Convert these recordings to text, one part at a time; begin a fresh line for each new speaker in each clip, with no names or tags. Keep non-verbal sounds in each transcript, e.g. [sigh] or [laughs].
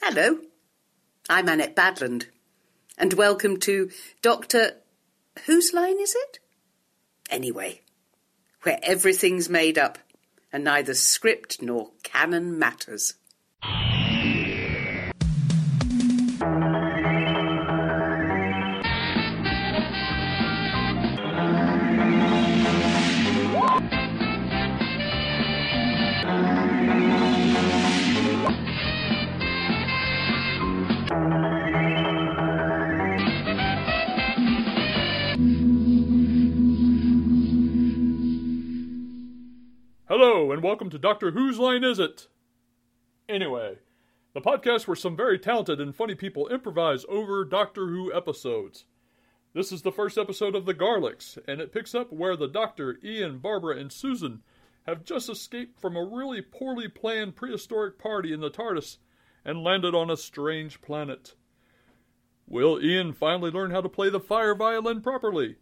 Hello, I'm Annette Badland, and welcome to Dr. Whose Line Is It? Anyway, where everything's made up, and neither script nor canon matters.
Hello, and welcome to Doctor Whose Line Is It? Anyway, the podcast where some very talented and funny people improvise over Doctor Who episodes. This is the first episode of The Garlics, and it picks up where the Doctor, Ian, Barbara, and Susan have just escaped from a really poorly planned prehistoric party in the TARDIS and landed on a strange planet. Will Ian finally learn how to play the fire violin properly?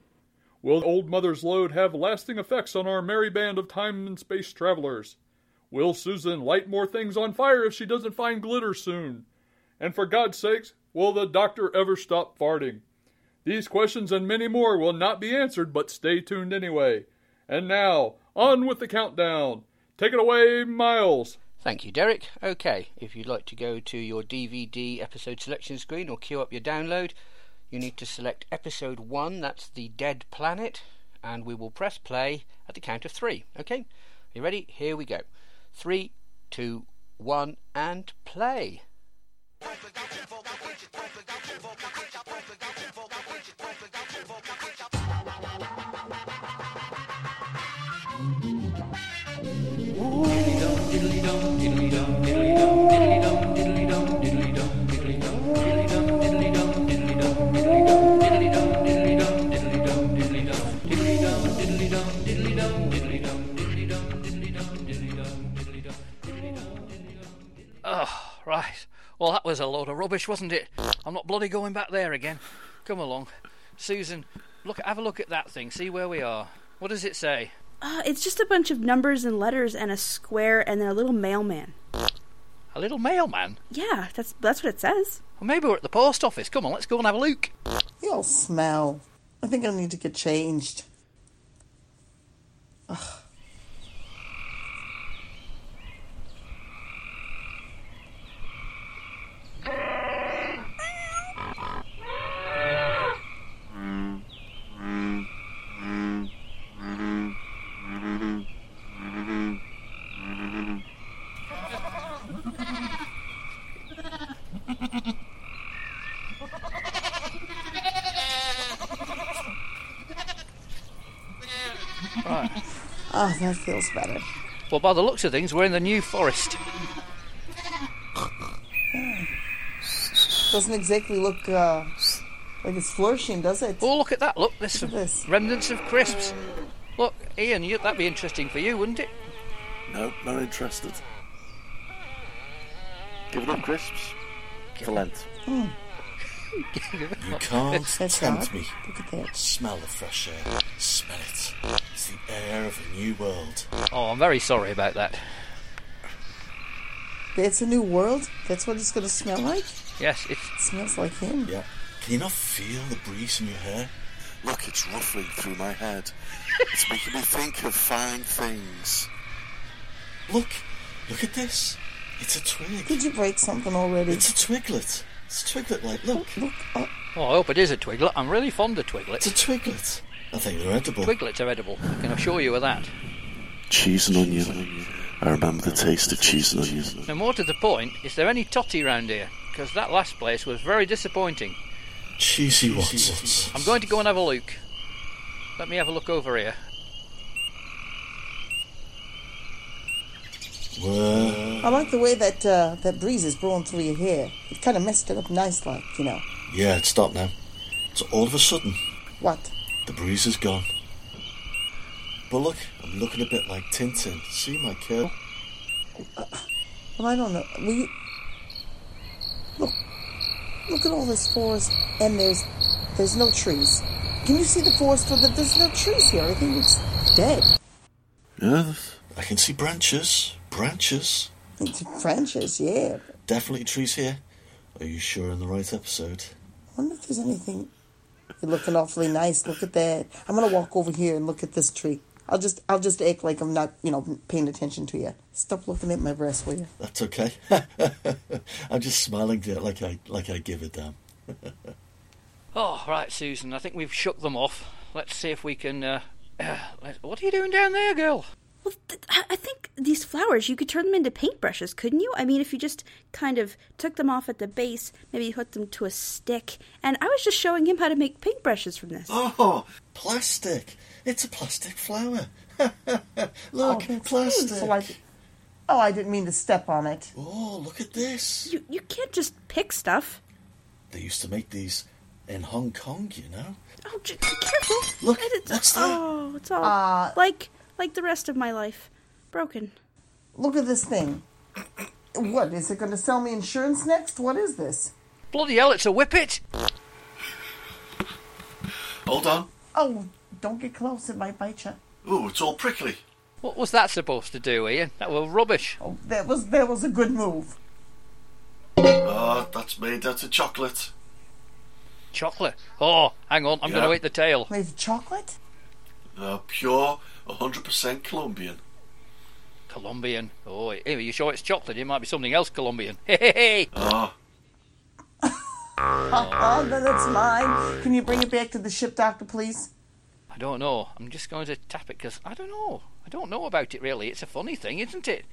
Will Old Mother's Load have lasting effects on our merry band of time and space travelers? Will Susan light more things on fire if she doesn't find glitter soon? And for God's sakes, will the doctor ever stop farting? These questions and many more will not be answered, but stay tuned anyway. And now, on with the countdown. Take it away, Miles.
Thank you, Derek. Okay, if you'd like to go to your DVD episode selection screen or queue up your download, you need to select episode one, that's The Dead Planet, and we will press play at the count of three. Okay, you ready? Here we go. Three, two, one, and play.
Ah, Right. Well, that was a load of rubbish, wasn't it? I'm not bloody going back there again. Come along, Susan. Look, have a look at that thing. See where we are. What does it say?
Uh, it's just a bunch of numbers and letters and a square and then a little mailman.
A little mailman.
Yeah, that's that's what it says.
Well, maybe we're at the post office. Come on, let's go and have a look.
You all smell. I think I need to get changed. Oh, that feels better.
Well, by the looks of things, we're in the New Forest.
Doesn't exactly look uh, like it's flourishing, does it?
Oh, look at that. Look, there's some
this.
remnants of crisps. Look, Ian, you, that'd be interesting for you, wouldn't it?
No, not interested. Giving up crisps for Lent.
Hmm. You can't
That's
tempt
odd.
me.
Look at that.
Smell the fresh air. Smell it. It's the air of a new world.
Oh, I'm very sorry about that.
It's a new world. That's what it's gonna smell like. It
Yes, it's
smells like him.
Yeah. Can you not feel the breeze in your hair?
Look, it's ruffling through my head. It's making me think of fine things.
Look. Look at this. It's a twig.
Did you break something already?
It's a twiglet. It's a twiglet like look.
Look, oh,
Oh, I hope it is a twiglet. I'm really fond of
It's a
twiglets.
twiglet. I think they're edible.
Twiglets are edible. I can assure you of that.
Cheese and onion. I remember the taste of cheese and onion.
Now, more to the point, is there any totty round here? Because that last place was very disappointing.
Cheesy Watsons.
I'm going to go and have a look. Let me have a look over here.
Whoa.
I like the way that uh, that breeze is blowing through your hair. It kind of messed it up nice, like you know.
Yeah, it stopped now. So all of a sudden,
What?
the breeze is gone. But look, I'm looking a bit like Tintin. See my curl?
Well, I don't know. Will you... Look, look at all this forest, and there's there's no trees. Can you see the forest? Well, there- there's no trees here. I think it's dead.
Yes.
I can see branches. Branches.
It's branches, yeah.
Definitely trees here. Are you sure in the right episode?
wonder if there's anything. You're looking awfully nice. Look at that. I'm gonna walk over here and look at this tree. I'll just I'll just act like I'm not you know paying attention to you. Stop looking at my breast, will you?
That's okay. [laughs] I'm just smiling there like I like I give a damn.
Oh, right, Susan. I think we've shook them off. Let's see if we can. Uh, [clears throat] let- what are you doing down there, girl?
Well, th- I I think these flowers, you could turn them into paintbrushes, couldn't you? I mean, if you just kind of took them off at the base, maybe hooked them to a stick. And I was just showing him how to make paintbrushes from this.
Oh, plastic! It's a plastic flower. [laughs] look,
that's nice.
plastic.
So I- oh, I didn't mean to step on it.
Oh, look at this.
You, you can't just pick stuff.
They used to make these in Hong Kong, you know.
Oh, j- be careful.
Look,
And it's-
what's that?
Oh, it's all
Uh,
like like the rest of my life, broken.
Look at this thing. What is it going to sell me insurance next? What is this?
Bloody hell, it's a whippet!
Hold on.
Oh, don't get close. It might bite you.
Ooh, it's all prickly.
What was that supposed to do, Ian? That was rubbish.
Oh, that was that was a good move.
Oh, that's made out of chocolate.
Chocolate. Oh, hang on, I'm going
Yeah.
to eat the tail.
Made of chocolate.
Uh, pure, 100% Colombian.
Colombian. Oh, are you sure it's chocolate? It might be something else Colombian. [laughs] Hey, hey, hey!
Ah,
Oh, no, that's mine. Can you bring it back to the ship, doctor, please?
I don't know. I'm just going to tap it because I don't know. I don't know about it really. It's a funny thing, isn't it?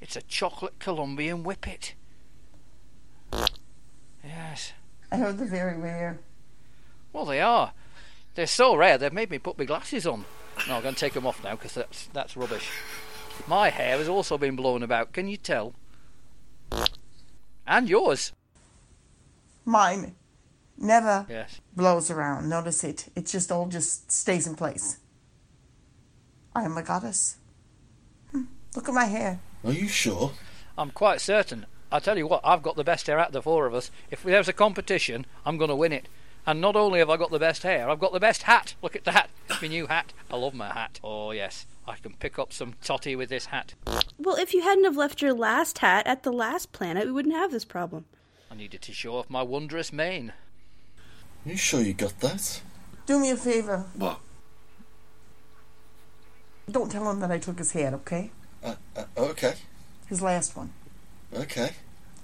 It's a chocolate Colombian whippet. Yes.
I heard they're very rare.
Well, they are. They're so rare. They've made me put my glasses on. No, I'm going to take them off now because that's that's rubbish. My hair has also been blown about. Can you tell? And yours.
Mine never
Yes.
blows around. Notice it. It just all just stays in place. I am a goddess. Hmm, Look at my hair.
are you sure?
I'm quite certain. I tell you what, I've got the best hair out of the four of us. If there's a competition, I'm going to win it. And not only have I got the best hair, I've got the best hat. Look at that. It's my new hat. I love my hat. Oh, yes. I can pick up some totty with this hat.
Well, if you hadn't have left your last hat at the last planet, we wouldn't have this problem.
I needed to show off my wondrous mane.
You sure you got that?
Do me a favor.
What?
Don't tell him that I took his hat, okay?
Uh, uh, okay,
His last one.
okay.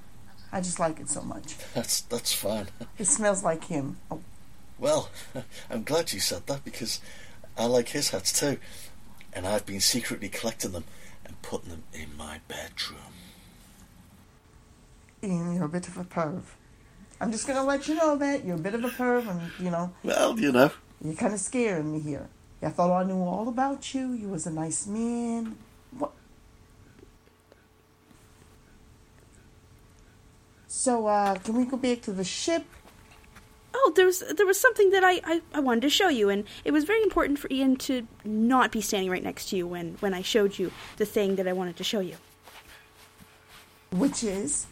[laughs]
I just like it so much.
That's that's fine.
It smells like him. Oh,
Well, [laughs] I'm glad you said that because I like his hats too, and I've been secretly collecting them and putting them in my bedroom.
Ian, you're a bit of a perv. I'm just gonna let you know that you're a bit of a perv, and you know
Well, you know.
you're kind of scaring me here. I thought I knew all about you. You was a nice man. What? So, uh, can we go back to the ship?
Oh, there was there was something that I, I, I wanted to show you, and it was very important for Ian to not be standing right next to you when, when I showed you the thing that I wanted to show you.
Which is?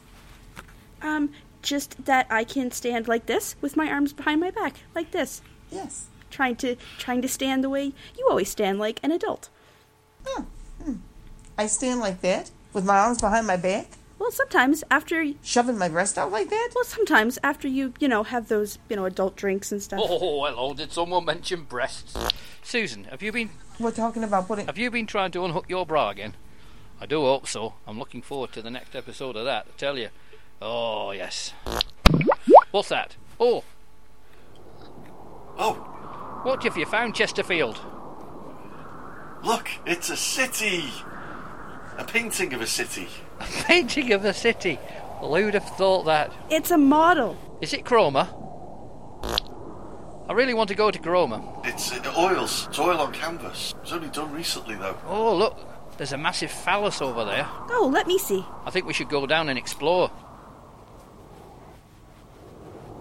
Um, just that I can stand like this with my arms behind my back, like this,
Yes.
trying to trying to stand the way you always stand, like an adult.
I stand like that, with my arms behind my back,
Well, sometimes after
shoving my breast out like that?
well, sometimes after you you know have those you know adult drinks and stuff.
[laughs] Oh, hello. Did someone mention breasts? Susan, have you been
We're talking about putting.
have you been trying to unhook your bra again? I do hope so. I'm looking forward to the next episode of that. I tell you. Oh yes. What's that? Oh,
Oh,
What have you found, Chesterfield?
look, it's a city. A painting of a city.
A painting of the city. Well, who'd have thought that?
It's a model.
Is it Chroma? I really want to go to Chroma.
It's uh, oils. It's oil on canvas. It was only done recently, though.
Oh, look, there's a massive phallus over there.
Oh, let me see.
I think we should go down and explore.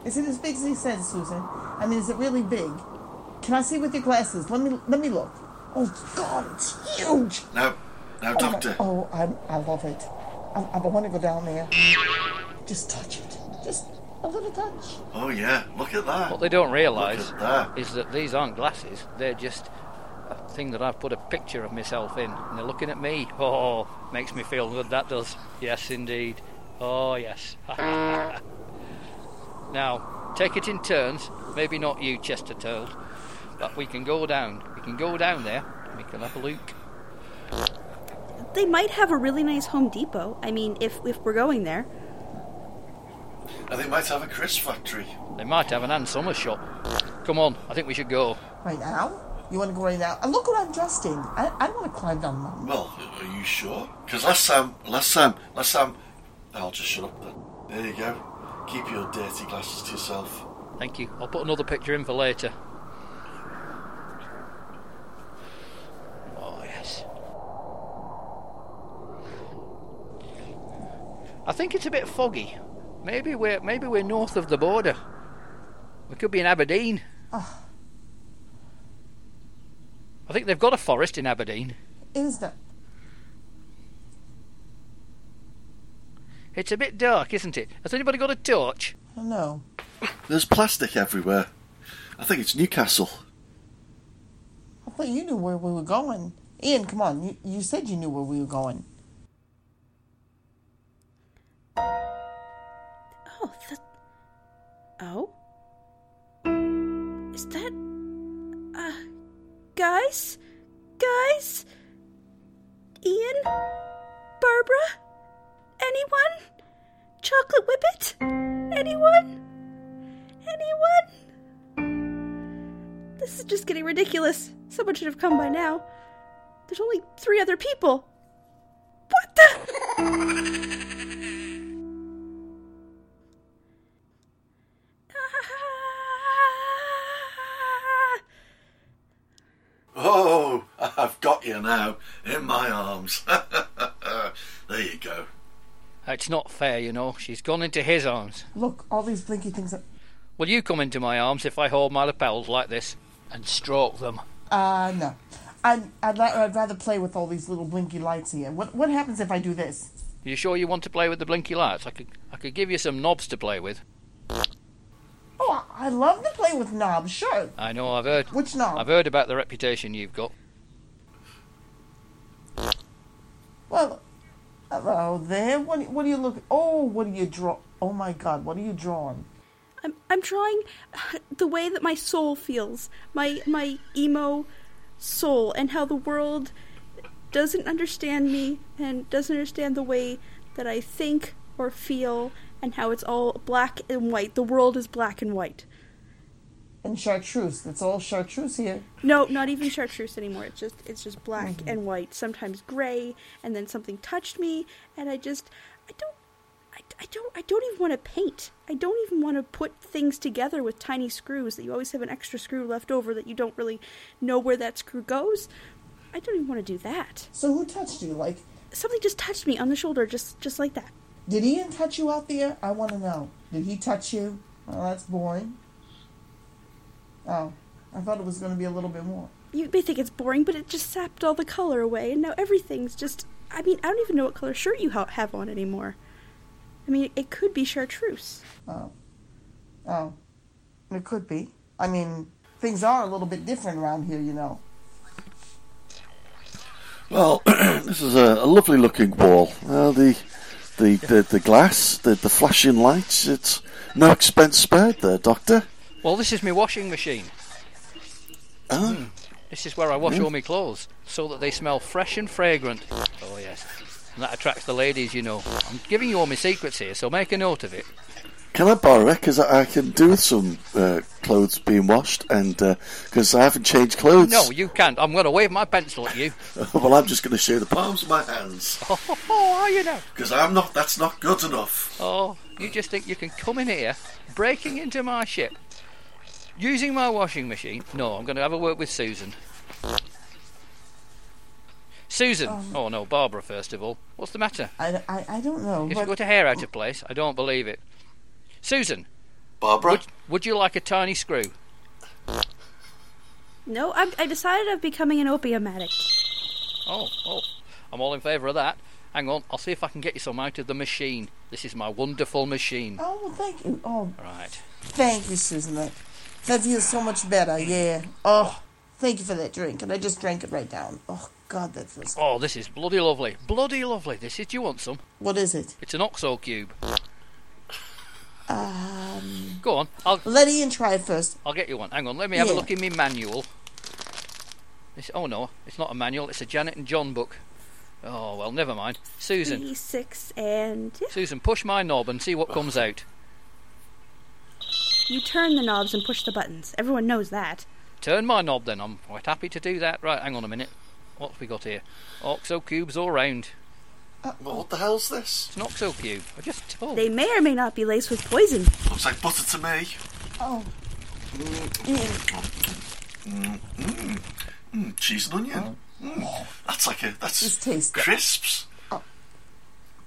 Is it as big as he said, Susan? I mean, is it really big? Can I see with your glasses? Let me let me look. Oh God, it's huge!
Now, now,
Oh, my-
Doctor.
oh, I I love it. I, I want to go down there. Just touch it. Just a little touch.
Oh, yeah, look at that.
What they don't realise
Look at that.
is that these aren't glasses, they're just a thing that I've put a picture of myself in, and they're looking at me. Oh, makes me feel good, that does. Yes, indeed. Oh, yes. [laughs] Now, take it in turns. Maybe not you, Chester Turtle, but we can go down. We can go down there. and We can have a look.
They might have a really nice Home Depot. I mean, if if we're going there,
And they might have a crisp factory.
They might have an Ann Summers shop. Come on, I think we should go.
Right now? You want to go right now? And look what I'm dressed in. I, I don't want to climb down the mountain.
Well, are you sure? Because last time, last time, last time. I'll just shut up then. There you go. Keep your dirty glasses to yourself.
Thank you. I'll put another picture in for later. Oh, yes. I think it's a bit foggy. Maybe we're maybe we're north of the border. We could be in Aberdeen. I think they've got a forest in Aberdeen.
Is that?
It's a bit dark, isn't it? Has anybody got a torch?
I don't know.
There's plastic everywhere. I think it's Newcastle.
I thought you knew where we were going. Ian, come on. You, you said you knew where we were going.
oh, that, oh, is that, uh, guys, guys, Ian, Barbara, anyone, Chocolate Whippet, anyone, anyone. This is just getting ridiculous. Someone should have come by now. There's only three other people. What the? Ah!
Oh, I've got you now in my arms. [laughs] there you go.
It's not fair, you know. She's gone into his arms.
Look, all these blinky things. That,
Will you come into my arms if I hold my lapels like this and stroke them?
uh, no. I'd, I'd, li- I'd rather play with all these little blinky lights here. What, what happens if I do this?
You sure you want to play with the blinky lights? I could, I could give you some knobs to play with.
Oh, I, I love to play with knobs, sure.
I know I've heard,
Which knob?
I've heard about the reputation you've got.
Well, hello there. What, what do you look? Oh, what do you draw? Oh my God, what are you drawing?
[laughs] I'm I'm trying the way that my soul feels, my my emo soul, and how the world doesn't understand me and doesn't understand the way that I think or feel, and how it's all black and white. The world is black and white.
And chartreuse. It's all chartreuse here.
No, not even chartreuse anymore. It's just it's just black and white, sometimes gray, and then something touched me, and I just I don't I, I don't I don't even want to paint. I don't even want to put things together with tiny screws that you always have an extra screw left over that you don't really know where that screw goes. I don't even want to do that.
So who touched you? Like,
Something just touched me on the shoulder, just just like that.
did Ian touch you out there? I want to know. Did he touch you? Well, that's boring. Oh, I thought it was going to be a little bit more.
You may think it's boring, but it just sapped all the color away, and now everything's just. I mean, I don't even know what color shirt you ha- have on anymore. I mean, it could be chartreuse.
Oh, oh, it could be. I mean, things are a little bit different around here, you know.
Well, [clears throat] this is a, a lovely looking wall. Uh, the, the, the the glass, the the flashing lights. It's no expense spared there, Doctor.
Well, this is my washing machine.
Oh,
This is where I wash all my clothes so that they smell fresh and fragrant. Oh, yes. And that attracts the ladies, you know. I'm giving you all my secrets here, so make a note of it.
can I borrow it? Because I, I can do with some uh, clothes being washed, and because I haven't changed clothes.
No, you can't. I'm going to wave my pencil at you.
[laughs] well, I'm just going to show the palms of my hands
Oh, are you now?
because I'm not. That's not good enough.
Oh, you just think you can come in here, breaking into my ship, using my washing machine? No, I'm going to have a word with Susan. Susan! oh no, Barbara, first of all. What's the matter?
I, I, I don't know.
You've
But
got a hair out of place. I don't believe it. Susan,
Barbara,
would you like a tiny screw?
No, I'm, I decided I'm becoming an opium addict.
Oh, oh. I'm all in favour of that. Hang on, I'll see if I can get you some out of the machine. This is my wonderful machine.
oh, well, thank you. Oh,
Right.
Thank you, Susan. That, that feels so much better. Yeah. Oh, thank you for that drink. And I just drank it right down. Oh, God, that feels.
Oh, this is bloody lovely. Bloody lovely. This is. Do you want some?
What is it?
It's an oxo cube.
Um,
Go on. I'll
Let Ian try it first.
I'll get you one. Hang on. Let me have
Yeah.
a look in my manual. This, oh no, it's not a manual. It's a Janet and John book. Oh well, never mind. Susan,
Three, six, and yeah.
Susan, push my knob and see what comes out.
you turn the knobs and push the buttons. Everyone knows that.
Turn my knob then. I'm quite happy to do that. Right. Hang on a minute. What have we got here? Oxo cubes all round.
Well, what the hell's this?
It's an oxo cube. I just oh, told.
They may or may not be laced with poison.
Looks like butter to me.
Oh. Ian,
Mm-hmm. Mm, cheese and onion. Mm, that's like a that's
just taste it.
crisps.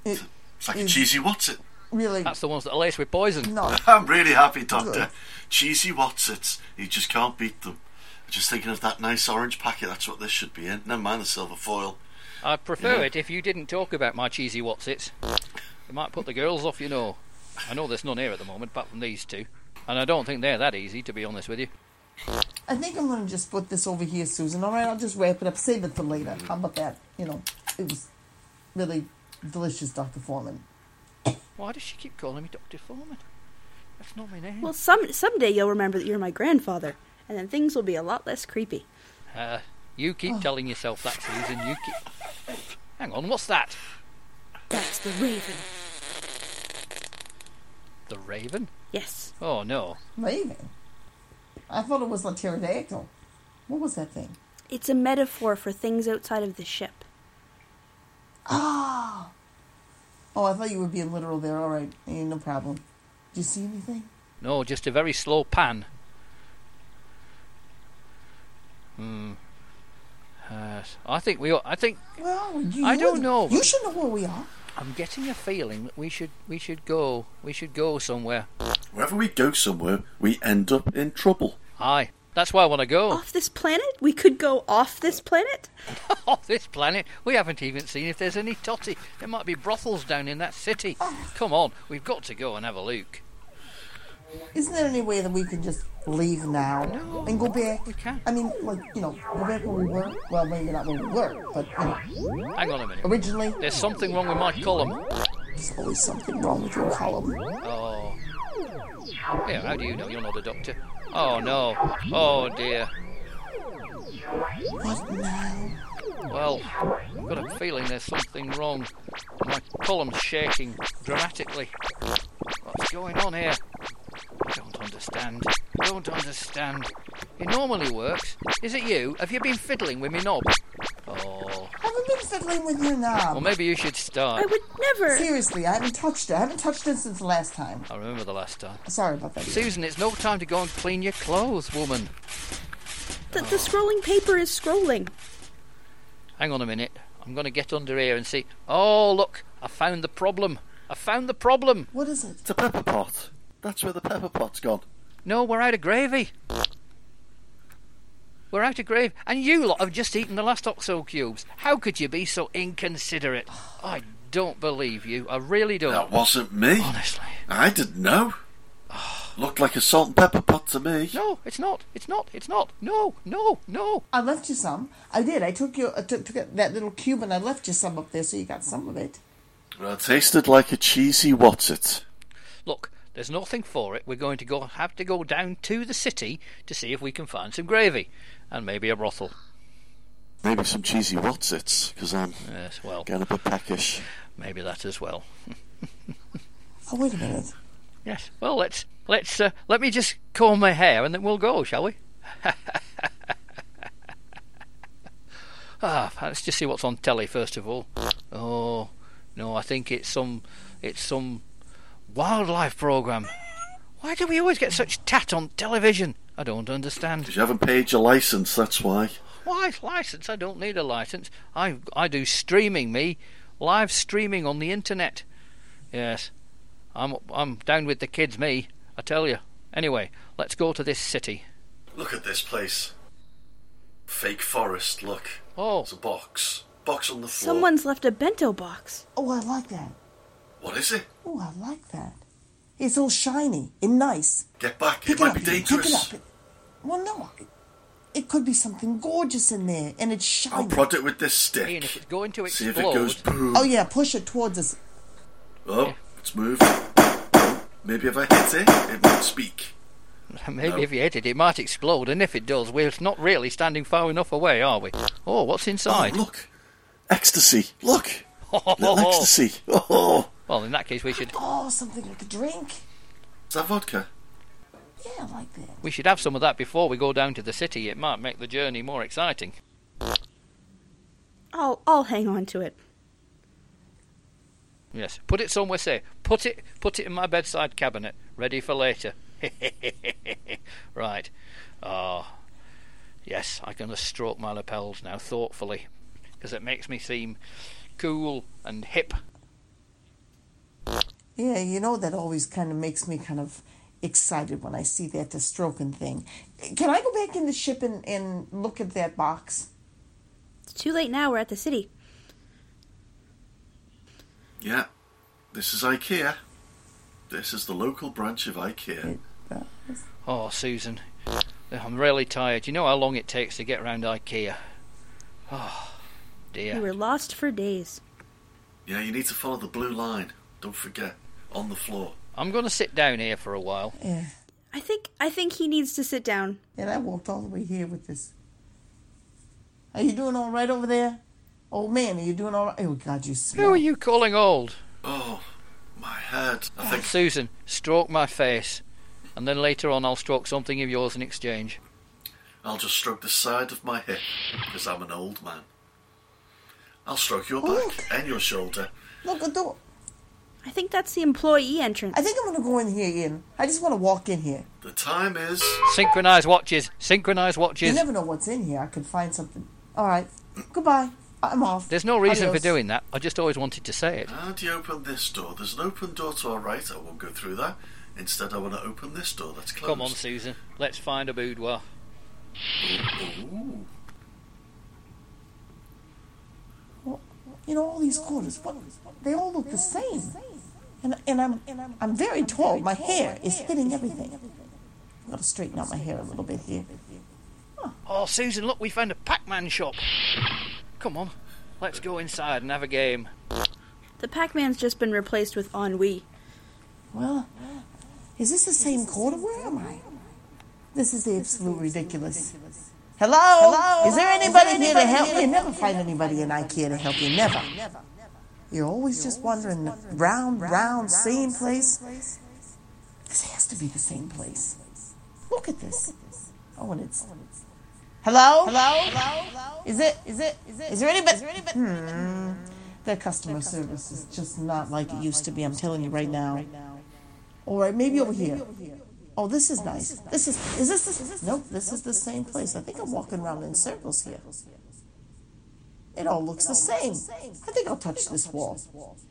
It
It's like a cheesy what's
really
That's the ones that are laced with poison.
no.
[laughs] I'm really happy, Doctor. Cheesy Watsits. You just can't beat them. I'm just thinking of that nice orange packet. That's what this should be in. Never mind the silver foil.
I'd prefer it if you didn't talk about my cheesy Watsits. It might put the girls off, you know. I know there's none here at the moment, apart from these two. And I don't think they're that easy, to be honest with you.
I think I'm gonna just put this over here, Susan. All right, I'll just wrap it up, save it for later. How about that? You know, it was really delicious, Doctor Foreman.
Why does she keep calling me Dr. Foreman? That's not my name.
Well, some someday you'll remember that you're my grandfather, and then things will be a lot less creepy.
Uh, you keep
oh.
telling yourself that, Susan. You keep. Hang on, what's that?
That's the raven.
The raven?
Yes.
Oh, no.
Raven. I thought it was a pterodactyl. What was that thing?
It's a metaphor for things outside of the ship.
Ah. Oh, I thought you were being literal there. All right, Eh, no problem. Do you see anything?
No, just a very slow pan. Hmm. Uh, I think we. ought- I think
Where are we? You,
I
you
don't
were-
know.
You should know where we are.
I'm getting a feeling that we should we should go we should go somewhere.
Wherever we go somewhere, we end up in trouble.
Aye, that's where I want to go.
Off this planet? We could go off this planet?
[laughs] Off this planet, we haven't even seen if there's any totty. There might be brothels down in that city. Come on, we've got to go and have a look.
Isn't there any way that we can just leave now and go back?
we can't.
I mean, like you know, go back where we were. Well, maybe not where we were, but you know,
Hang on a minute.
originally
There's something wrong with my column.
there's always something wrong with your column.
Oh. Yeah, how do you know you're not a doctor? Oh no. Oh dear.
What now?
Well, I've got a feeling there's something wrong. My column's shaking dramatically. What's going on here? I don't understand. I don't understand. It normally works. Is it you? Have you been fiddling with me knob? Oh.
Haven't been fiddling with your knob.
Well, maybe you should
I
start.
would never.
Seriously, I haven't touched it. I haven't touched it since the last time.
I remember the last time.
Sorry about that.
Susan, it's no time to go and clean your clothes, woman.
The, the scrolling paper is scrolling.
Hang on a minute. I'm going to get under here and see. Oh, look. I found the problem. I found the problem.
What is it?
It's a pepper pot. That's where the pepper pot's gone.
No, we're out of gravy. We're out of gravy. And you lot have just eaten the last OXO cubes. How could you be so inconsiderate? I don't believe you. I really don't.
That wasn't me.
Honestly.
I didn't know. [sighs] Looked like a salt and pepper pot to me.
No, it's not. It's not. It's not. No, no, no.
I left you some. I did. I took your I took, took that little cube and I left you some up there, so you got some of it.
Well, it tasted like a cheesy what's it.
Look, there's nothing for it. We're going to go have to go down to the city to see if we can find some gravy and maybe a brothel.
Maybe some cheesy what's it, because I'm
Yes, well,
getting a bit peckish.
maybe that as well.
Oh wait a minute.
Yes. Well, let's let's uh, let me just comb my hair and then we'll go, shall we? [laughs] ah, let's just see what's on telly first of all. Oh, no, I think it's some it's some wildlife program. Why do we always get such tat on television? I don't understand.
You haven't paid your license, that's why.
Why license? I don't need a license. I I do streaming me, live streaming on the internet. Yes, I'm I'm down with the kids. Me, I tell you. Anyway, let's go to this city.
Look at this place. Fake forest, look.
Oh,
It's a box. Box on the floor.
Someone's left a bento box.
Oh, I like that.
What is it?
Oh, I like that. It's all shiny and nice.
Get back.
Pick
it might
up,
be
Ian.
dangerous.
Pick it up. Well, no. It, it could be something gorgeous in there, and it's
I'll
shiny.
prod it with this stick.
Ian, if it's going to
See if
explode,
it goes boom.
Oh yeah, push it towards us.
Oh, it's moving.
Maybe if I hit it, it won't speak.
[laughs] Maybe
No.
if you hit it, it might explode, and if it does, we're not really standing far enough away, are we? Oh, what's
Oh,
inside?
look. Ecstasy. Look.
[laughs]
Little ecstasy. [laughs] Oh.
well, in that case, we should
Oh, something I could drink.
Is that vodka?
Yeah, I like that.
we should have some of that before we go down to the city. It might make the journey more exciting.
I'll I'll hang on to it.
Yes, put it somewhere safe. Put it, put it in my bedside cabinet, ready for later. [laughs] right. Ah, yes, I'm going to stroke my lapels now thoughtfully, because it makes me seem cool and hip.
Yeah, you know that always kind of makes me kind of excited when I see that the stroking thing. Can I go back in the ship and, and look at that box?
It's too late now. We're at the city.
Yeah. This is IKEA. This is the local branch of
Mm.
IKEA.
uh,
Oh, Susan, I'm really tired. You know how long it takes to get round IKEA. Oh,
We
dear.
were lost for days.
Yeah, you need to follow the blue line. Don't forget. On the floor.
I'm going to sit down here for a while.
Yeah.
I think I think he needs to sit down.
And I walked all the way here with this. Are you doing all right over there? Old man, are you doing all right? Oh, God, you smell.
Who are you calling old?
Oh, my head. I think.
Susan, stroke my face, and then later on I'll stroke something of yours in exchange.
I'll just stroke the side of my hip because I'm an old man. I'll stroke your back
Look.
and your shoulder.
Look, at door.
I think that's the employee entrance.
I think I'm going to go in here, Ian. I just want to walk in here.
The time is
Synchronise watches. Synchronise
You
watches.
never know what's in here. I could find something. All right. Goodbye. I'm off.
There's no reason for
Adios.
doing that. I just always wanted to say it.
how do you open this door? There's an open door to our right. I won't go through that. Instead, I want to open this door that's closed.
Come on, Susan. Let's find a boudoir.
Ooh.
You know, all these quarters, what, they all look the same. And, and, I'm, I'm very tall. My hair is hitting everything. I'm going to straighten out my hair a little bit here.
Oh, Susan, look, we found a Pac-Man shop. Come on, let's go inside and have a game.
The Pac-Man's just been replaced with ennui.
Well, is this the same quarter? Where am I? This is the absolute ridiculous. Hello? Hello? Is there anybody here to help me? You never find anybody in IKEA to help you. Never. You're always just wandering round, round, same place. This has to be the same place. Look at this. Oh, and it's. Hello? Hello? Is it? Is it? Is it? Is there anybody? Hmm. Their customer service is just not like it used to be. I'm telling you right now. All right, maybe over here. Oh, this is nice. This is. Is this? this nope. This is the same place. I think I'm walking around in circles here. It all looks the same. I think I'll touch this wall.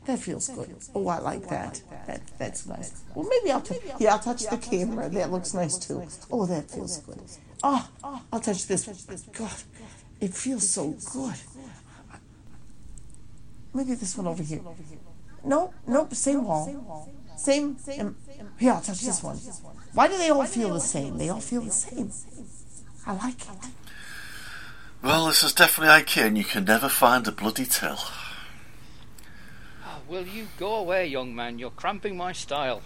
That feels good. Oh, I like that. That that's nice. Well, maybe I'll touch. Yeah, I'll touch the camera. That looks nice too. Oh, that feels good. Oh, I'll touch this. God, it feels so good. Maybe this one over here. No, nope, same wall. Same. um, Here, I'll touch this one. Why do they all feel the same? They all feel the same. I like it.
Well, this is definitely IKEA, and you can never find a bloody till.
Oh, will you go away, young man? You're cramping my style.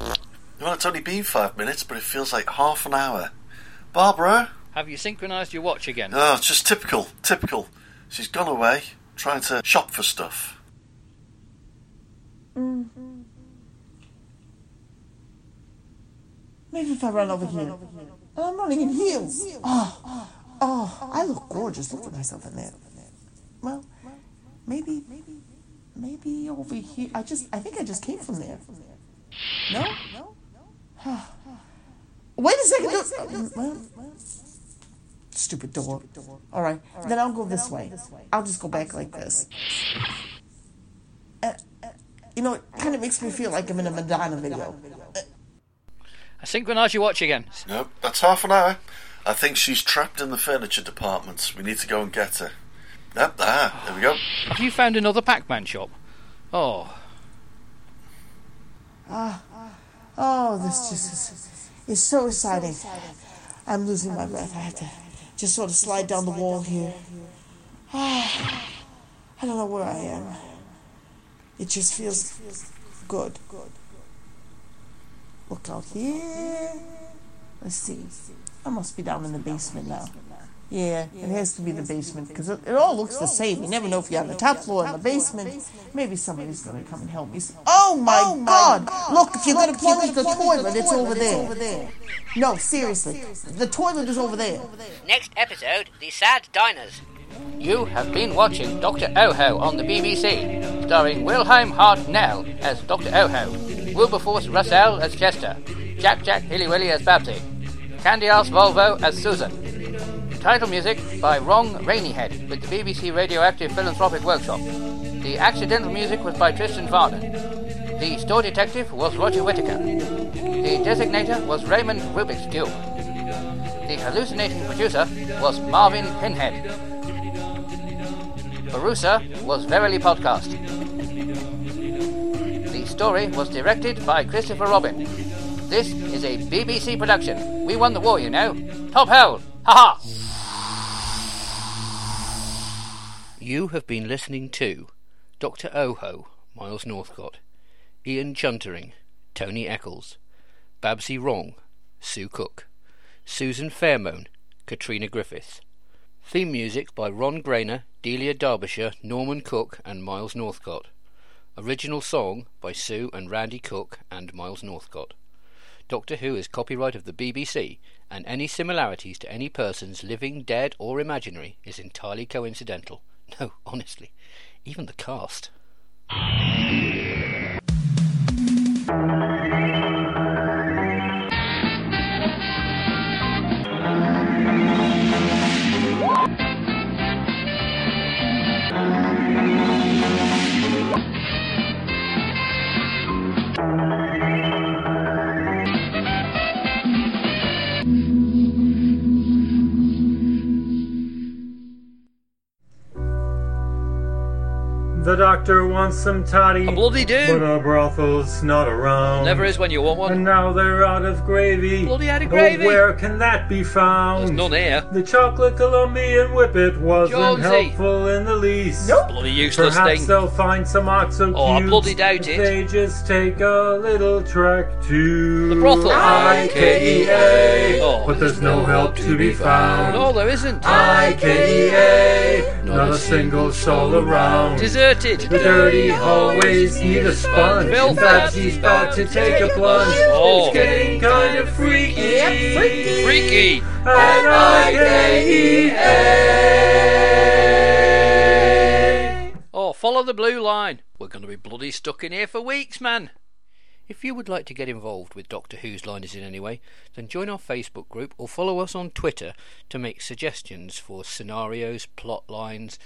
Well, it's only been five minutes, but it feels like half an hour. Barbara?
Have you synchronised your watch again?
Uh.
Oh, it's just typical. Typical. She's gone away, trying to shop for stuff.
Maybe if I run over here. And I'm running in heels. Oh, oh, I look gorgeous. Look at myself in that. Well, maybe, maybe over here. I just, I think I just came from there. No? Ah. Wait a second. no- well, Stupid door. All right. Then I'll go this way. I'll just go back like this. Uh, uh, You know, it kind of makes me feel like I'm in a Madonna video. Uh,
Synchronise your watch again.
Nope, that's half an hour. I think she's trapped in the furniture department. We need to go and get her. Nope, ah, there we go.
Have you found another Pac-Man shop? Oh,
Oh, this just is, is so exciting. I'm losing my breath. I have to just sort of slide down the wall here. [sighs] Ah, I don't know where I am. It just feels good. Look out here. Let's see. I must be down in the basement now. Yeah, it has to be the basement because it, it all looks the same. You never know if you're on the top floor or the basement. Maybe somebody's going to come and help me. Oh my God! Oh Look, if you're going to plunge the toilet, it's over there. No, seriously, the toilet is over there.
Next episode The Sad Diners. You have been watching Dr. Oho on the BBC, starring Wilhelm Hart Nell as Dr. Oho, Wilberforce Russell as Chester, Jack Jack Hilly Willy as Babsy, Candy Arse Volvo as Susan. Title music by Wrong Rainyhead with the BBC Radioactive Philanthropic Workshop. The accidental music was by Tristan Varner. The store detective was Roger Whittaker. The designator was Raymond Rubik's Cube. The hallucinating producer was Marvin Pinhead. Barusa was Verily Podcast. The story was directed by Christopher Robin. This is a BBC production. We won the war, you know. Top hole! Ha ha! You have been listening to Dr. Oho, Miles Northcott, Ian Chuntering, Tony Eccles, Babsy Wrong, Sue Cook, Susan Fairmoan, Katrina Griffith. Theme music by Ron Grainer, Delia Derbyshire, Norman Cook, and Miles Northcott. Original song by Sue and Randy Cook and Miles Northcott. Doctor Who is copyright of the BBC, and any similarities to any persons living, dead, or imaginary is entirely coincidental. [laughs] No, honestly, even the cast.
The doctor wants some toddy.
I bloody
But
do.
a brothel's not around.
Never is when you want
um, And
one.
now they're out of gravy.
Bloody out of
Oh,
gravy.
where can that be
There's
found?
none here.
The chocolate Colombian whippet wasn't
Jonesy.
helpful in the least.
Bloody useless
Perhaps
thing.
they'll find some oxo
Oh, I bloody doubt it.
if They just take a little trek to
The brothel.
E IKEA,
Oh.
but there's no help to be found.
No, there isn't.
E IKEA, not a single soul around.
Deserted.
The dirty hallways need a sponge.
Bill
In fact,
Fett.
he's about to take a plunge.
Oh.
It's getting kind of freaky.
Freaky.
At E IKEA.
Oh, follow the blue line. We're going to be bloody stuck in here for weeks, man.
If you would like to get involved with Doctor Who's Line is in any way, then join our Facebook group or follow us on Twitter to make suggestions for scenarios, plot lines,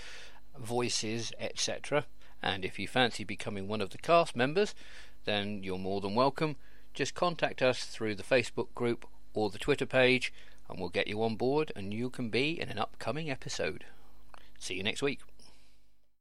voices, etc. And if you fancy becoming one of the cast members, then you're more than welcome. Just contact us through the Facebook group or the Twitter page, and we'll get you on board and you can be in an upcoming episode. See you next week.